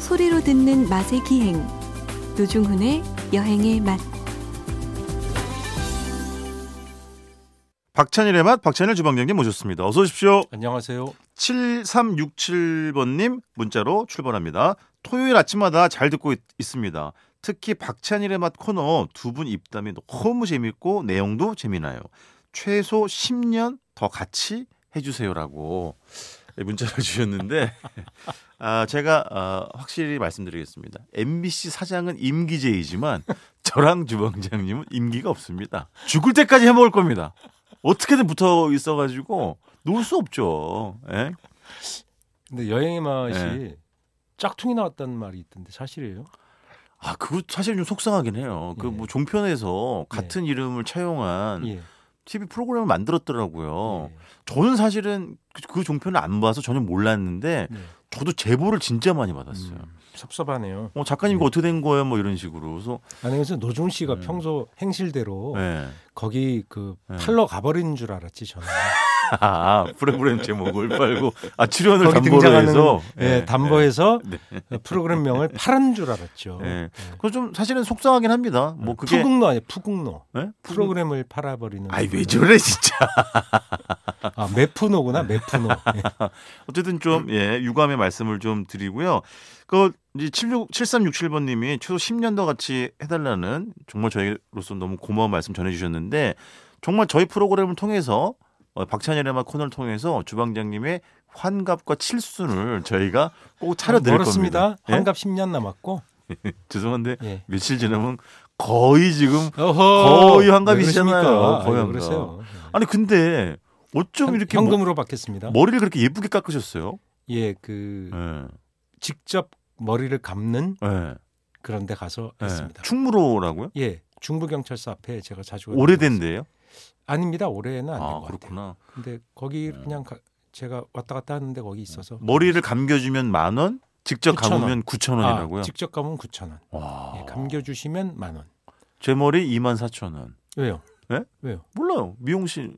소리로 듣는 맛의 기행 노중훈의 여행의 맛 박찬일의 맛 박찬일 주방장님 모셨습니다. 어서 오십시오. 안녕하세요. 7367번님 문자로 출발합니다. 토요일 아침마다 잘 듣고 있, 습니다 특히 박찬일의 맛 코너 두 분 입담이 너무 재밌고 내용도 재미나요. 최소 10년 더 같이 해주세요라고 문자를 주셨는데 아, 제가 아, 확실히 말씀드리겠습니다. MBC 사장은 임기제이지만 저랑 주방장님은 임기가 없습니다. 죽을 때까지 해먹을 겁니다. 어떻게든 붙어 있어가지고 놓을 수 없죠. 예? 근데 여행의 맛이 네. 짝퉁이 나왔다는 말이 있던데 사실이에요? 아, 그거 사실 좀 속상하긴 해요. 그 예. 뭐 종편에서 같은 이름을 차용한 예. TV 프로그램을 만들었더라고요. 예. 저는 사실은 그, 그 종편을 안 봐서 전혀 몰랐는데 네. 저도 제보를 진짜 많이 받았어요. 음, 섭섭하네요. 어, 작가님 이거 네. 어떻게 된 거예요? 뭐 이런 식으로. 그래서 아니 그래서 노중 씨가 음. 평소 행실대로 예. 거기 그 네. 팔러 가버리는 줄 알았지 저는. 아, 프로그램 제목을 빨고 아 출연을 거기 담보로 등장하는 해서 예, 예, 담보에서 어, 네. 프로그램명을 파란 줄 알았죠. 예. 예. 그래서 좀 사실은 속상하긴 합니다. 뭐 그게 푸국노 아니에요? 푸국노. 예? 예. 프로그램을 팔아버리는. 아이 왜 저래 진짜. 아 메프노구나 메프노. 예. 어쨌든 음. 좀 예, 유감의 말씀을 좀 드리고요. 그 이제 76, 7367번 님이 최소 10년 더 같이 해 달라는 정말 저희로서 너무 고마운 말씀 전해 주셨는데 정말 저희 프로그램을 통해서 어, 박찬일의 맛 코너를 통해서 주방장님의 환갑과 칠순을 저희가 꼭 차려 드릴 멀었습니다. 겁니다. 예? 환갑 10년 남았고. 죄송한데 예. 며칠 지나면 거의 지금 어허, 거의 왜 환갑이시잖아요. 그러십니까? 거의 아, 환갑. 왜 그러세요? 아니 근데 어쩜 현- 이렇게 뭐 머- 현금으로 받겠습니다. 머리를 그렇게 예쁘게 깎으셨어요? 예, 그 예. 직접 머리를 감는 예. 그런 데 가서 예. 했습니다. 충무로라고요? 예, 중부경찰서 앞에 제가 자주 오래된데요? 아닙니다. 올해는 안 된 아 것 같아요. 그렇구나. 근데 거기 음. 그냥 가- 제가 왔다 갔다 하는데 거기 있어서 네. 머리를 감겨주면 만 원, 직접 9,000 원. 감으면 9천 아, 원이라고요. 아. 직접 가면 9천 원. 와. 예, 감겨주시면 만 원. 제 머리 2만 4천 원. 왜요? 예? 왜요? 몰라요. 미용실.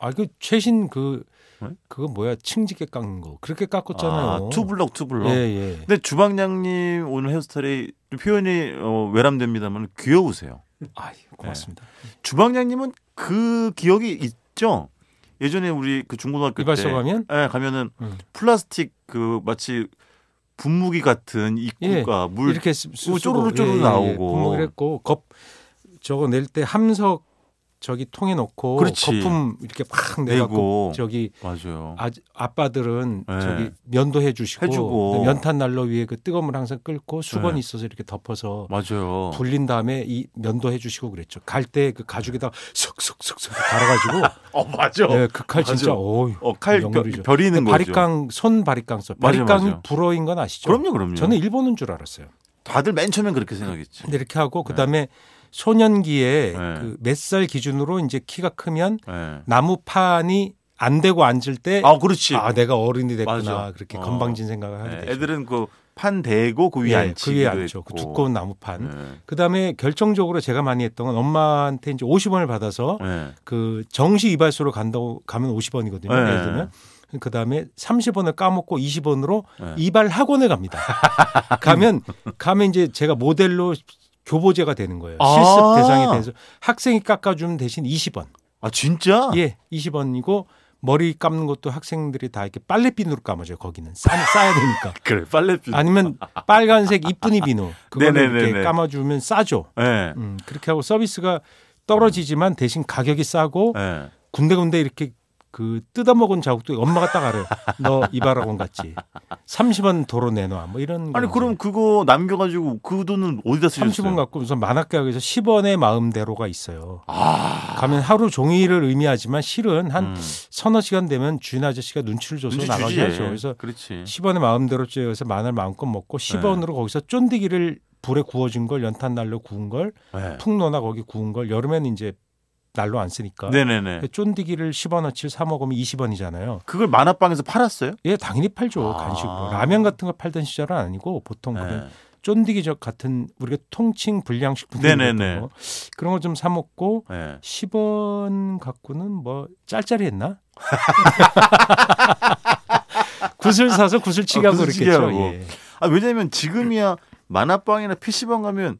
아, 그 최신 그 예? 그거 뭐야? 층지게 깎는 거 그렇게 깎았잖아요. 아, 투블럭 투블럭. 예, 예. 근데 주방장님 오늘 헤어스타일이 좀 표현이 어, 외람됩니다만 귀여우세요. 아, 네. 고맙습니다. 주방장님은 그 기억이 있죠. 예전에 우리 그 중고등학교 이발소 때 가면 예, 가면은 음. 플라스틱 그 마치 분무기 같은 입구가 물 예. 이렇게 스- 스- 쪼르르 쓰고, 쪼르르 나오고. 분무기를 했고 겁 저거 낼 때 함석 저기 통에 넣고 그렇지. 거품 이렇게 팍 내갖고 내고 저기 맞아요. 아, 아빠들은 네. 저기 면도 해주시고 해주고. 그다음에 연탄 난로 위에 그 뜨거움을 항상 끓고 수건이 네. 있어서 이렇게 뭐. 덮어서 맞아요. 불린 다음에 이 면도 해주시고 그랬죠. 갈 때 그 가죽에다 슥슥슥슥 갈아가지고 어 맞아. 네, 그칼 진짜 맞아. 어이 어칼 명물이죠. 별이 있는 거죠. 바리깡 손 바리깡 써 맞아요, 맞아요. 바리깡 불어인 건 아시죠? 그럼요, 그럼요. 저는 일본인 줄 알았어요. 다들 맨 처음엔 그렇게 생각했지. 근데 이렇게 하고 그다음에 소년기에 네. 그 몇 살 기준으로 이제 키가 크면 예. 나무판이 안 되고 앉을 때 아, 아 그렇지. 내가 어른이 됐구나 맞아. 그렇게 어. 건방진 생각을 하게 예, 되죠. 애들은 그 판 대고 그 위에 예, 앉히기도 그 위에 앉죠. 그 했고. 두꺼운 나무판. 예. 그다음에 결정적으로 제가 많이 했던 건 엄마한테 이제 50원을 받아서 예. 그 정시 이발소로 간다고 가면 50원이거든요. 네. 예를 들면. 그다음에 30원을 까먹고 20원으로 네. 이발 학원에 갑니다. 가면 가면 이제 제가 모델로 교보제가 되는 거예요. 아. 실습 대상이 돼서 학생이 깎아주면 대신 20원. 아 진짜? 예, 20원이고 머리 감는 것도 학생들이 다 이렇게 빨래핀으로 감아줘요. 거기는 싸, 싸야 되니까. 그래 빨래핀. 아니면 빨간색 이쁜이 비누 그거를 네네네네. 이렇게 감아주면 싸죠. 예. 음, 그렇게 하고 서비스가 떨어지지만 대신 가격이 싸고 예. 군데군데 이렇게 그 뜯어먹은 자국도 엄마가 딱 알아요. 너 이발학원 갔지. 30원 도로 내놔. 뭐 이런. 아니 거 그럼 그거 남겨가지고 그 돈은 어디다 쓰셨어요? 30원 갖고 우선 만화가에서 10원의 마음대로가 있어요. 아. 가면 하루 종일을 의미하지만 실은 한 음. 서너 시간 되면 주인 아저씨가 눈치를 줘서 눈치 나가게 주지. 하죠. 그래서 그렇지. 10원의 마음대로 쬐어서 마늘 마음껏 먹고 10원으로 거기서 쫀디기를 불에 구워준 걸 연탄 난로 구운 걸 네. 풍로나 거기 구운 걸 여름에는 이제 난로 안 쓰니까 네네네. 그 쫀디기를 10원어치를 사 먹으면 20원이잖아요. 그걸 만화방에서 팔았어요? 예, 당연히 팔죠. 아. 네. 간식으로. 라면 같은 거 팔던 시절은 아니고 보통 그런 예. 쫀디기적 같은 우리가 통칭 불량식품 네네네. 거. 그런 거 좀 사 먹고 예. 예. 10원 갖고는 뭐 짤짤이 했나? 구슬 사서 구슬치기 아, 하고 구슬치기 어, 그랬겠죠. 하고. 예. 아 아, 왜냐면 지금이야 만화방이나 PC방 가면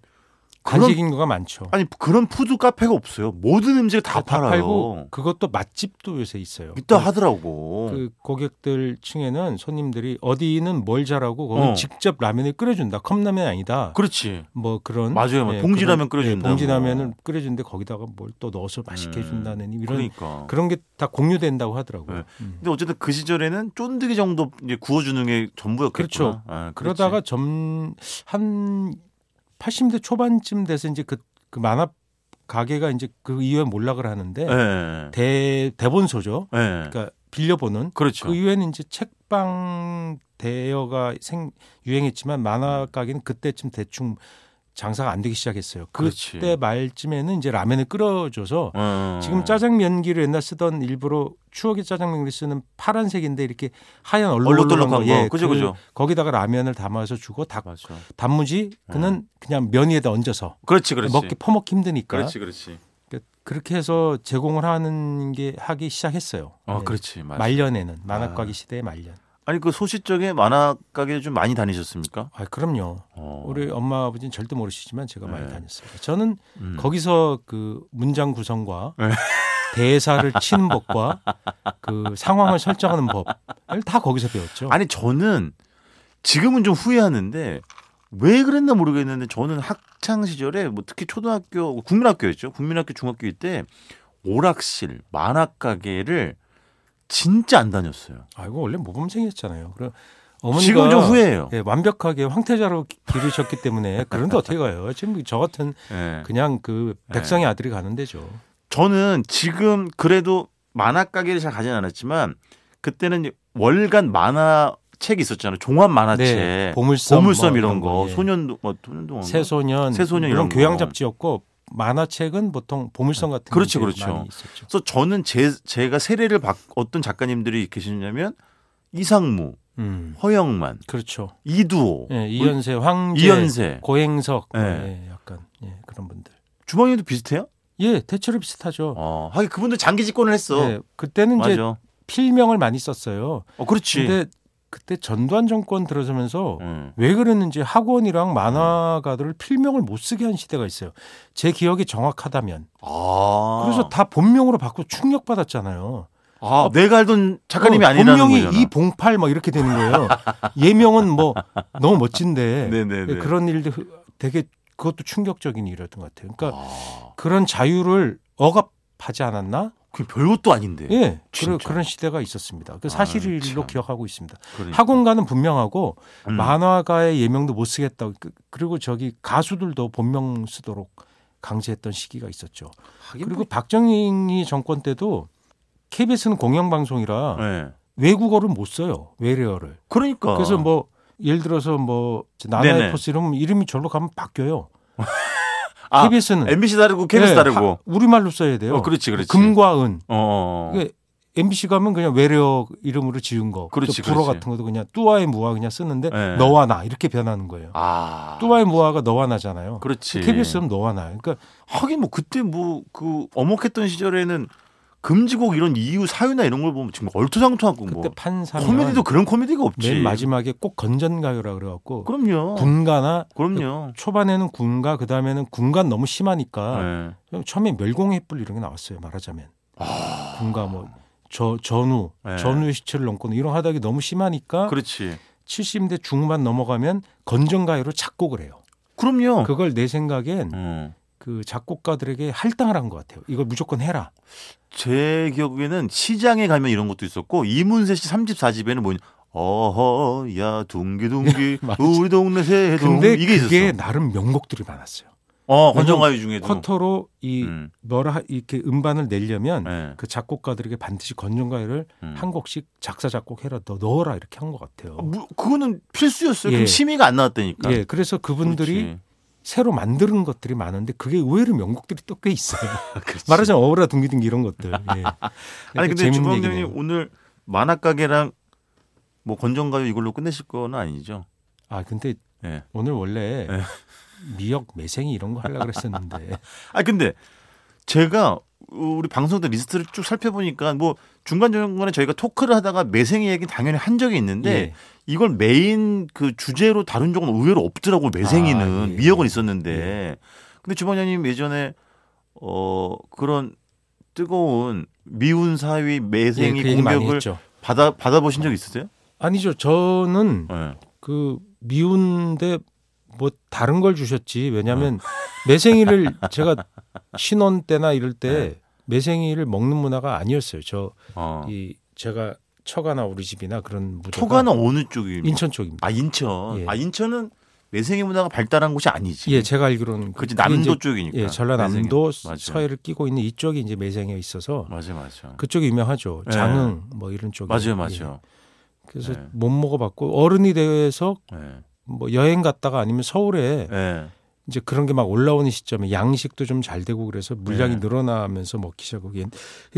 그런- 간식 인구가 많죠. 아니 그런 푸드 카페가 없어요. 모든 음식을 다, 팔아요. 팔고 그것도 맛집도 요새 있어요. 있다 하더라고. 그 고객들 층에는 손님들이 어디는 뭘 잘하고 거기 어. 직접 라면을 끓여준다. 컵라면 아니다. 그렇지. 뭐 그런 맞아요. 예, 봉지라면 그런- 끓여준다. 예, 봉지라면을 끓여주는데 거기다가 뭘 또 넣어서 맛있게 음, 해준다는 이런 그러니까. 그런 게 다 공유된다고 하더라고요. 네. 음. 근데 어쨌든 그 시절에는 쫀득이 정도 이제 구워주는 게 예, 전부였겠죠. 그렇죠. 그러다가 점 한 80대 초반쯤 돼서 이제 그, 그 만화 가게가 이제 그 이후에 몰락을 하는데 예. 대 대본소죠. 예. 그러니까 빌려보는 그렇죠. 그 이후에는 이제 책방 대여가 생 유행했지만 음. 만화 가게는 그때쯤 대충 장사가 안 되기 시작했어요. 그렇지. 그때 말쯤에는 이제 라면을 끓여줘서 어. 지금 짜장면기를 옛날 쓰던 일부러 추억의 짜장면기를 쓰는 파란색인데 이렇게 하얀 얼룩덜룩한 거. 예, 얼룩덜룩한 거. 뭐, 그죠, 그죠. 거기다가 라면을 담아서 주고 닭, 맞아. 단무지 그는 그냥 면 위에다 얹어서 음. 그렇지, 그렇지. 먹기 퍼먹기 힘드니까 그렇지, 그렇지. 그렇게 해서 제공을 하는 게 하기 시작했어요. 아, 네. 그렇지. 맞아. 말년에는 아. 만화가기 시대의 말년. 아니 그 소시적에 만화 가게 좀 많이 다니셨습니까? 아, 그럼요. 어. 우리 엄마 아버지는 절대 모르시지만 제가 많이 네. 다녔습니다. 저는 음. 거기서 그 문장 구성과 네. 대사를 치는 법과 그 상황을 설정하는 법을 다 거기서 배웠죠. 아니 저는 지금은 좀 후회하는데 왜 그랬나 모르겠는데 저는 학창 시절에 뭐 특히 초등학교 국민학교였죠 국민학교 중학교 때 오락실 만화 가게를 진짜 안 다녔어요. 아, 이거 원래 모범생이었잖아요. 그럼 어머니가 지금 좀 후회해요. 예, 완벽하게 황태자로 기- 기르셨기 때문에 그런데 어떻게 가요? 지금 저 같은 예. 그냥 그 백성의 아들이 가는 데죠. 저는 지금 그래도 만화 가게를 잘 가진 않았지만 그때는 이제 월간 만화 책이 있었잖아요. 종합 만화책, 네, 보물섬, 보물섬 뭐 이런 거, 예. 소년 뭐 소년동 새소년, 새소년 이런 이런 거. 교양 잡지였고 만화책은 보통 보물섬 같은 그렇죠, 게 그렇죠. 많이 있었죠. 그래서 저는 제, 제가 세례를 받 어떤 작가님들이 계시냐면 이상무, 음, 허영만, 그렇죠. 이두호, 뭐 예, 이현세, 황제, 어, 이현세 고행석, 예. 예, 약간 예, 그런 분들. 주방에도 비슷해요? 예, 대체로 비슷하죠. 어, 하긴 그분들 장기 집권을 했어. 예, 그때는 이제 맞아. 필명을 많이 썼어요. 어, 그렇지. 근데 그때 전두환 정권 들어서면서 음. 왜 그랬는지 학원이랑 만화가들을 필명을 못 쓰게 한 시대가 있어요. 제 기억이 정확하다면. 아. 그래서 다 본명으로 바꾸고 충격 받았잖아요. 아, 내가 알던 작가님이 어, 아니라는 본명이 거잖아. 이봉팔 막 이렇게 되는 거예요. 예명은 뭐 너무 멋진데 네네네. 예. 그런 일도 되게 그것도 충격적인 일이었던 것 같아요. 그러니까 아, 그런 자유를 억압하지 않았나? 그 별것도 아닌데. 예, 그런, 진짜. 그런 시대가 있었습니다. 그 아유, 사실일로 참. 기억하고 있습니다. 그러니까. 학원가는 분명하고 음. 만화가의 예명도 못 쓰겠다. 그- 그리고 저기 가수들도 본명 쓰도록 강제했던 시기가 있었죠. 하긴 그리고 박정희 정권 때도 KBS는 공영방송이라 뭐- 예. 외국어를 못 써요. 외래어를. 그러니까. 그래서 뭐 예를 들어서 뭐 나나의 네네. 포스 이러면 이름이 절로 가면 바뀌어요. 아, KBS는 MBC 다르고 KBS 다르고. 예, 우리말로 써야 돼요. 어, 그렇지, 그렇지. 예, 금과 은. 어, 어. 어. 그게 MBC 가면 그냥 외래어 이름으로 지은 거. 그렇지, 또 불어 그렇지. 같은 것도 그냥 뚜와의 무와 그냥 쓰는데 네. 너와 나 이렇게 변하는 거예요. 아. 뚜와의 무와가 너와 나잖아요. 그렇지. KBS는 너와 나. 그러니까 하긴 뭐 그때 뭐 그 어목했던 시절에는 금지곡 이런 이유 사유나 이런 걸 보면 지금 얼토당토하고 그때 뭐 판사면 코미디도 그런 코미디가 없지. 맨 마지막에 꼭 건전가요라 그래갖고 그럼요. 군가나 그럼요. 초반에는 군가 그다음에는 군간 너무 심하니까 네. 그냥 처음에 멸공의 뿔 이런 게 나왔어요. 말하자면 아. 군가 뭐 저 전후 네. 전후의 시체를 넘고 이런 하다기 너무 심하니까 그렇지. 70대 중후반 넘어가면 건전가요로 작곡을 해요. 그럼요. 그걸 내 생각엔 음. 그 작곡가들에게 할당을 한 것 같아요. 이걸 무조건 해라. 제 기억에는 시장에 가면 이런 것도 있었고 이문세 씨 3집 4집에는 뭐냐 어허야 둥기둥기 맞아. 우리 동네 새동 근데 이게 그게 있었어. 나름 명곡들이 많았어요. 어 건전가요 중에도 쿼터로 이 음. 뭐라 하- 이렇게 음반을 내려면 네. 그 작곡가들에게 반드시 건전가요를 음. 한 곡씩 작사 작곡해라 너 넣어라 이렇게 한 것 같아요. 아, 뭐, 그거는 필수였어요. 예. 그럼 심의가 안 나왔다니까. 예, 그래서 그분들이 그러니까 그렇지. 새로 만드는 것들이 많은데 그게 의외로 명곡들이 또 꽤 있어요. 아, 그렇지. 말하자면 어우라 둥기둥기 이런 것들. 예. 아니 근데 재밌는 주방장님 얘기네요. 오늘 만화 가게랑 뭐 건전가요 이걸로 끝내실 건 아니죠? 아 근데 예. 오늘 원래 예. 미역 매생이 이런 거 하려고 그랬었는데 아 근데 제가 우리 방송 때 리스트를 쭉 살펴보니까 뭐 중간 중간에 저희가 토크를 하다가 매생이 얘기 당연히 한 적이 있는데 예. 이걸 메인 그 주제로 다룬 적은 의외로 없더라고 요 매생이는 아, 예. 미역은 있었는데 근데 주방장님 예전에 어 그런 뜨거운 미운 사위 예, 매생이 그 얘기 많이 공격을 했죠. 받아 받아보신 적 있으세요? 아니죠. 저는 네. 그 미운데 뭐 다른 걸 주셨지. 왜냐하면 어. 매생이를 제가 신혼 때나 이럴 네. 때 매생이를 먹는 문화가 아니었어요. 저 이 어. 제가 처가나 우리 집이나 그런 무대가 토가는 어느 쪽입니까? 그러니까 인천 쪽입니다. 아 인천. 예. 아 인천은 매생이 문화가 발달한 곳이 아니지. 예, 제가 알기로는 그지 그게 이제 남도 쪽이니까. 예, 전라남도 매생이. 맞아. 서해를 끼고 있는 이쪽이 이제 매생이가 있어서 맞아 맞아. 그쪽이 유명하죠. 예. 장흥 뭐 이런 쪽이. 맞아요 예. 맞아요. 그래서 예. 못 먹어봤고 어른이 되어서 예. 뭐 여행 갔다가 아니면 서울에 예. 이제 그런 게 막 올라오는 시점에 양식도 좀 잘 되고 그래서 물량이 네. 늘어나면서 먹기 시작하고 이게-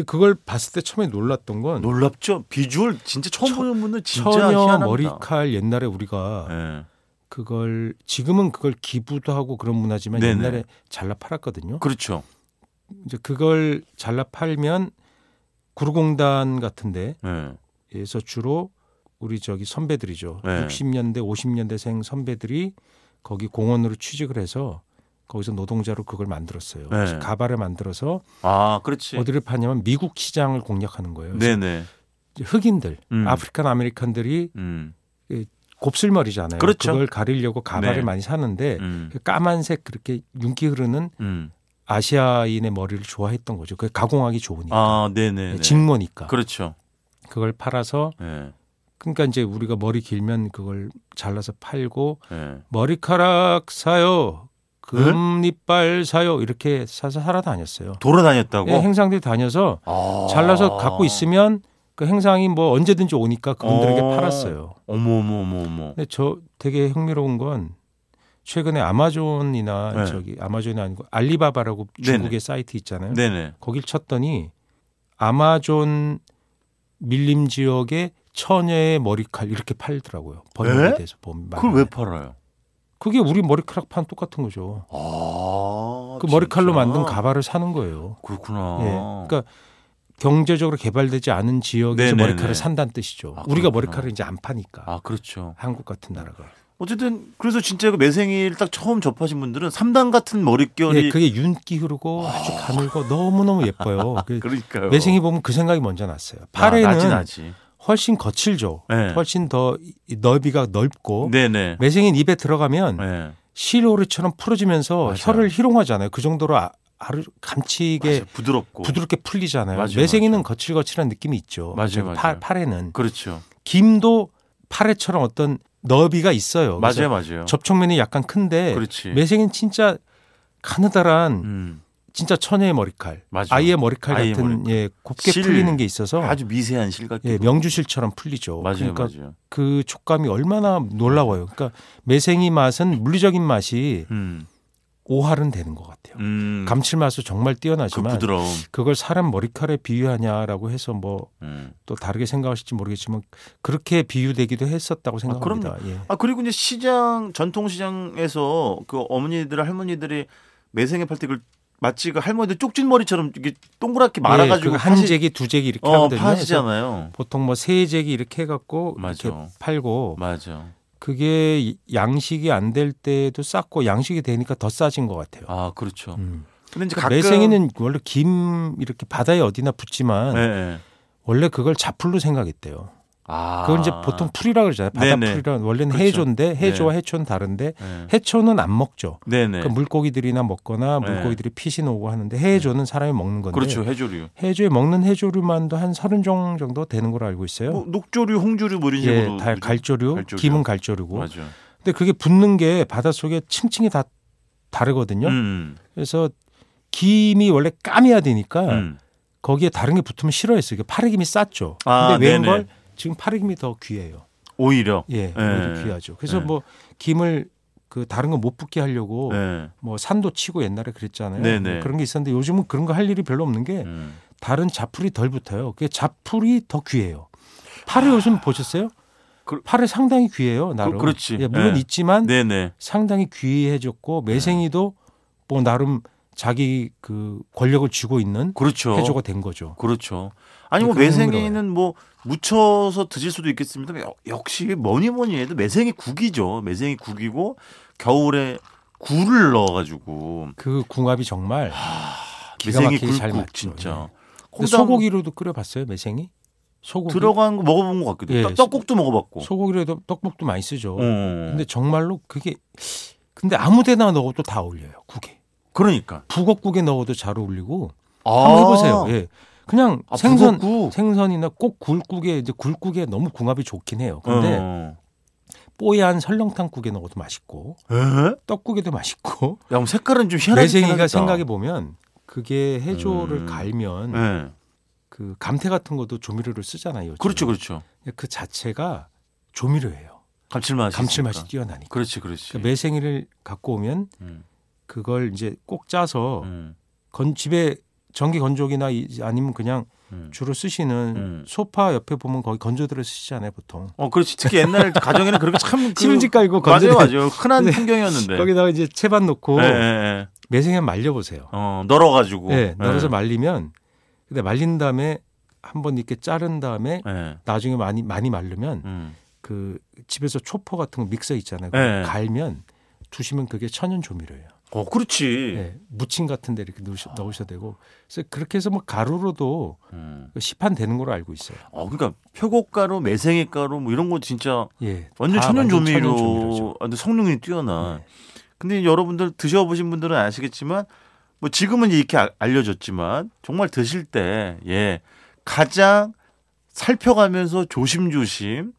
그걸 봤을 때 처음에 놀랐던 건 놀랍죠. 비주얼 진짜 처음 처- 보는 분은 진짜 처녀 희한합니다. 머리칼 옛날에 우리가 예. 그걸 지금은 그걸 기부도 하고 그런 문화지만 네네. 옛날에 잘라 팔았거든요. 그렇죠. 이제 그걸 잘라 팔면 구루공단 같은데 예. 에서 주로 우리 저기 선배들이죠. 네. 60년대, 50년대생 선배들이 거기 공원으로 취직을 해서 거기서 노동자로 그걸 만들었어요. 네. 그래서 가발을 만들어서 아 그렇지. 어디를 파냐면 미국 시장을 공략하는 거예요. 그래서 네네. 이제 흑인들, 음. 아프리칸 아메리칸들이 음. 곱슬머리잖아요. 그렇죠. 그걸 가리려고 가발을 네. 많이 사는데 음. 그 까만색 그렇게 윤기 흐르는 음. 아시아인의 머리를 좋아했던 거죠. 그 가공하기 좋으니까. 예, 아 네네. 직모니까. 그렇죠. 그걸 팔아서 예. 그러니까 이제 우리가 머리 길면 그걸 잘라서 팔고 예. 머리카락 사요. 네? 금리빨 사요. 이렇게 사서 살아다녔어요. 돌아다녔다고. 예, 행상들 다녀서 아. 잘라서 갖고 있으면 그 행상이 뭐 언제든지 오니까 그분들에게 어. 팔았어요. 어머 어머 어머 어머. 근데 저 되게 흥미로운 건 최근에 아마존이나 네. 저기 아마존이 아니고 알리바바라고 네네. 중국의 사이트 있잖아요. 네네. 거길 쳤더니 아마존 밀림 지역에 처녀의 머리칼 이렇게 팔더라고요. 에? 번역이 돼서 보면 네? 그걸 왜 팔아요? 그게 우리 머리카락 판 똑같은 거죠. 아. 그 머리칼로 진짜? 만든 가발을 사는 거예요. 그렇구나. 예. 그러니까 경제적으로 개발되지 않은 지역에서 네네네. 머리칼을 산다는 뜻이죠. 아, 우리가 그렇구나. 머리칼을 이제 안 파니까 아 그렇죠. 한국 같은 나라가. 어쨌든 그래서 진짜 그 매생이를 딱 처음 접하신 분들은 삼단 같은 머릿결이 예, 그게 윤기 흐르고 아주 가늘고 너무 너무 예뻐요. 그 그러니까요. 매생이 보면 그 생각이 먼저 났어요. 아, 파래는 나지 나지. 훨씬 거칠죠. 네. 훨씬 더 이- 넓이가 넓고 네네. 매생이는 입에 들어가면 네. 실오르처럼 풀어지면서 맞아요. 혀를 희롱하잖아요. 그 정도로 아, 아주 감치게 맞아요. 부드럽고 부드럽게 풀리잖아요. 맞아요, 매생이는 맞아요. 거칠거칠한 느낌이 있죠. 맞아요, 저기 맞아요. 파, 파래는 그렇죠. 김도 파래처럼 어떤 너비가 있어요. 그래서 맞아요, 맞아요. 접촉면이 약간 큰데 그렇지. 매생이는 진짜 가느다란 음, 진짜 천의 머리칼, 맞아요. 아이의 머리칼 아이의 같은 머리칼. 예 곱게 실. 풀리는 게 있어서 아주 미세한 실각기. 예, 명주실처럼 풀리죠. 맞아요, 그러니까 맞아요. 그 촉감이 얼마나 놀라워요. 그러니까 매생이 맛은 물리적인 맛이 음, 오할은 되는 것 같아요. 음, 감칠맛도 정말 그 뛰어나지만 부드러움. 그걸 사람 머리칼에 비유하냐라고 해서 뭐 또 음. 다르게 생각하실지 모르겠지만 그렇게 비유되기도 했었다고 생각합니다. 예. 아 그리고 이제 시장 전통 시장에서 그 어머니들 할머니들이 매생이 팔 때 그걸 마치 그 할머니들 쪽진 머리처럼 이렇게 동그랗게 말아가지고 예, 그한 재기 두 재기 이렇게 어, 하거든요. 그래서 파시잖아요. 보통 뭐 세 재기 이렇게 해갖고 맞아. 이렇게 팔고 맞아. 그게 이- 양식이 안 될 때도 쌌고 양식이 되니까 더 싸진 것 같아요. 아 그렇죠. 음. 근데 이제 그러니까 가끔 매생이는 원래 김 이렇게 바다에 어디나 붙지만 예, 예. 원래 그걸 자풀로 생각했대요. 아 그걸 이제 보통 풀이라 그러잖아요. 바다 네네. 풀이라 원래는 그렇죠. 해조인데 해조와 네. 해초는 다른데 예. 해초는 안 먹죠. 네네. 그러니까 물고기들이나 먹거나 네. 물고기들이 피신 오고 하는데 해조는 사람이 먹는 건데 그렇죠 해조류. 해조에 먹는 해조류만도 한 서른 종 정도 되는 걸로 알고 있어요. 뭐, 녹조류, 홍조류 뭐 이런 예, 식으로 다 그죠? 갈조류, 갈조류. 김은 갈조류고. 맞아. 근데 그게 붙는 게 바닷속에 층층이 다 다르거든요. 음, 그래서 김이 원래 까매야 되니까 음. 거기에 다른 게 붙으면 싫어했어요. 그러니까 파래김이 쌌죠. 아, 근데 왜인 네네. 걸 지금 파래김이 더 귀해요. 오히려. 예, 예. 오히려 귀하죠. 그래서 예. 뭐 김을 그 다른 거 못 붙게 하려고 네. 뭐 산도 치고 옛날에 그랬잖아요. 네네. 뭐 그런 게 있었는데 요즘은 그런 거 할 일이 별로 없는 게 음. 다른 자풀이 덜 붙어요. 그게 자풀이 더 귀해요. 파래 요즘 보셨어요? 아. 그- 파래 상당히 귀해요. 나름. 그- 그렇지. 예, 물론 예. 있지만 네네. 상당히 귀해졌고 매생이도 뭐 나름 자기 그 권력을 쥐고 있는 그렇죠. 해조가 된 거죠. 그렇죠. 아니 뭐 그러니까 매생이는 뭐 묻혀서 드실 수도 있겠습니다만 역- 역시 뭐니 뭐니 해도 매생이 국이죠. 매생이 국이고 겨울에 굴을 넣어가지고 그 궁합이 정말 아, 아, 기가 매생이 막히게 굴국 잘 맞죠. 예. 진짜. 근데 소고기로도 끓여봤어요 매생이? 소고기 들어간 거 먹어본 것 같기도 예, 해요. 떡- 떡국도 먹어봤고. 소고기로도 떡볶도 많이 쓰죠. 어. 근데 정말로 그게 근데 아무데나 넣어도 다 어울려요 국에 그러니까. 북어국에 넣어도 잘 어울리고 아. 한번 해보세요. 예. 그냥 아, 생선 북어국. 생선이나 꼭 굴국에 이제 굴국에 너무 궁합이 좋긴 해요. 근데 어. 뽀얀 설렁탕국에 넣어도 맛있고 에? 야, 떡국에도 맛있고 그럼 색깔은 좀 희한하게 매생이가 생각해 보면 그게 해조를 음. 갈면 네. 그 감태 같은 것도 조미료를 쓰잖아요. 요즘에. 그렇죠, 그렇죠. 근데 그 자체가 조미료예요. 감칠맛이. 감칠맛이 있으니까. 네. 뛰어나니까. 그렇지, 그렇지. 그러니까 매생이를 갖고 오면 음, 그걸 이제 꼭 짜서 음, 건 집에 전기 건조기나 이- 아니면 그냥 음. 주로 쓰시는 음. 소파 옆에 보면 거기 건조대를 쓰시잖아요, 보통. 어, 그렇지. 특히 옛날 가정에는 그렇게 참 그- 시름지 깔고 건조대 맞아요, 맞아요. 흔한 네. 뭐 풍경이었는데. 거기다가 이제 채반 놓고 예, 예, 예. 매생이 말려 보세요. 어, 널어가지고. 예, 널어서 말리면 근데 말린 다음에 한번 이렇게 자른 다음에 예, 예. 나중에 많이 많이 말르면 음. 그 집에서 초포 같은 거 믹서 있잖아요. 예. 그거 갈면 두시면 그게 천연 조미료예요. 어, 그렇지. 예, 무침 같은 데 이렇게 넣으셔, 넣으셔도 되고. 그래서 그렇게 해서 뭐 가루로도 음. 시판 되는 걸로 알고 있어요. 어, 그러니까 표고가루, 매생이가루 뭐 이런 거 진짜 예. 완전 다 천연 천연조미료죠. 네. 조미료. 아, 근데 성능이 뛰어나. 근데 여러분들 드셔보신 분들은 아시겠지만 뭐 지금은 이렇게 아- 알려졌지만 정말 드실 때 예. 가장 살펴가면서 조심조심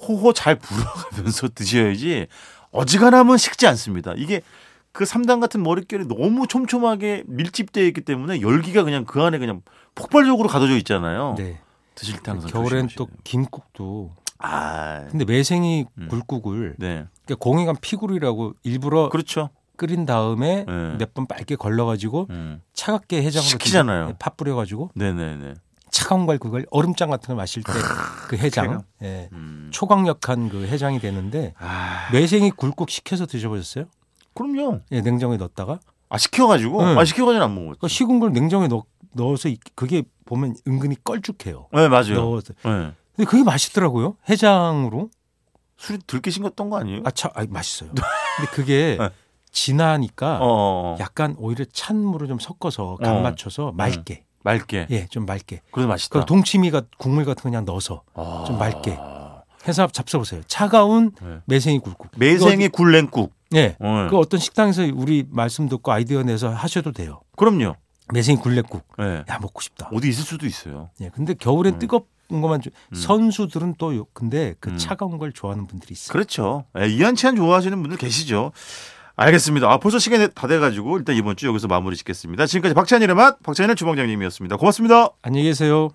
호호 잘 불어가면서 드셔야지 어지간하면 식지 않습니다. 이게 그 삼단 같은 머릿결이 너무 촘촘하게 밀집되어 있기 때문에 열기가 그냥 그 안에 그냥 폭발적으로 가둬져 있잖아요. 네. 드실 때 항상 겨울엔 또 조심하시네요. 김국도 아, 근데 매생이 음. 굴국을 네, 그러니까 공이간 피구리라고 일부러 그렇죠. 끓인 다음에 네. 몇 번 빨게 걸러가지고 음. 차갑게 해장으로 식히잖아요. 드시- 팥 뿌려가지고 네네네. 차가운 걸 그걸 얼음장 같은 걸 마실 때 그 해장 예. 아, 음. 초강력한 그 해장이 되는데 아, 매생이 굴국 시켜서 드셔보셨어요? 그럼요. 예, 냉장고에 넣었다가 아 시켜가지고, 응. 아 시켜가지고 안 먹었죠. 그 식은 걸 냉장고에 넣, 넣어서 이- 그게 보면 은근히 껄쭉해요. 네 맞아요. 넣어서 네. 근데 그게 맛있더라고요. 해장으로 술이 들게 싱겼던 거 아니에요? 아차 아, 맛있어요. 근데 그게 네. 진하니까 어, 어, 어. 약간 오히려 찬 물을 좀 섞어서 어. 간 맞춰서 맑게 맑게. 예 좀 맑게 그래도 맛있다. 그 동치미가 국물 같은 거 그냥 넣어서 그러니까. 아. 좀 맑게. 해서 잡숴보세요. 차가운 네. 매생이 굴국. 매생이 굴냉국. 그거 어디- 예. 네. 그 어떤 식당에서 우리 말씀 듣고 아이디어 내서 하셔도 돼요. 그럼요. 매생이 굴레국. 네. 야 먹고 싶다. 어디 있을 수도 있어요. 예. 근데 겨울에 음. 뜨겁운 것만 좀 음. 선수들은 또 요- 근데 그 음. 차가운 걸 좋아하는 분들이 있어요. 그렇죠. 예, 이한치한 좋아하시는 분들 계시죠. 알겠습니다. 아, 벌써 시간이 다 돼가지고 일단 이번 주 여기서 마무리 짓겠습니다. 지금까지 박찬일의 맛, 박찬일 주방장님이었습니다. 고맙습니다. 안녕히 계세요.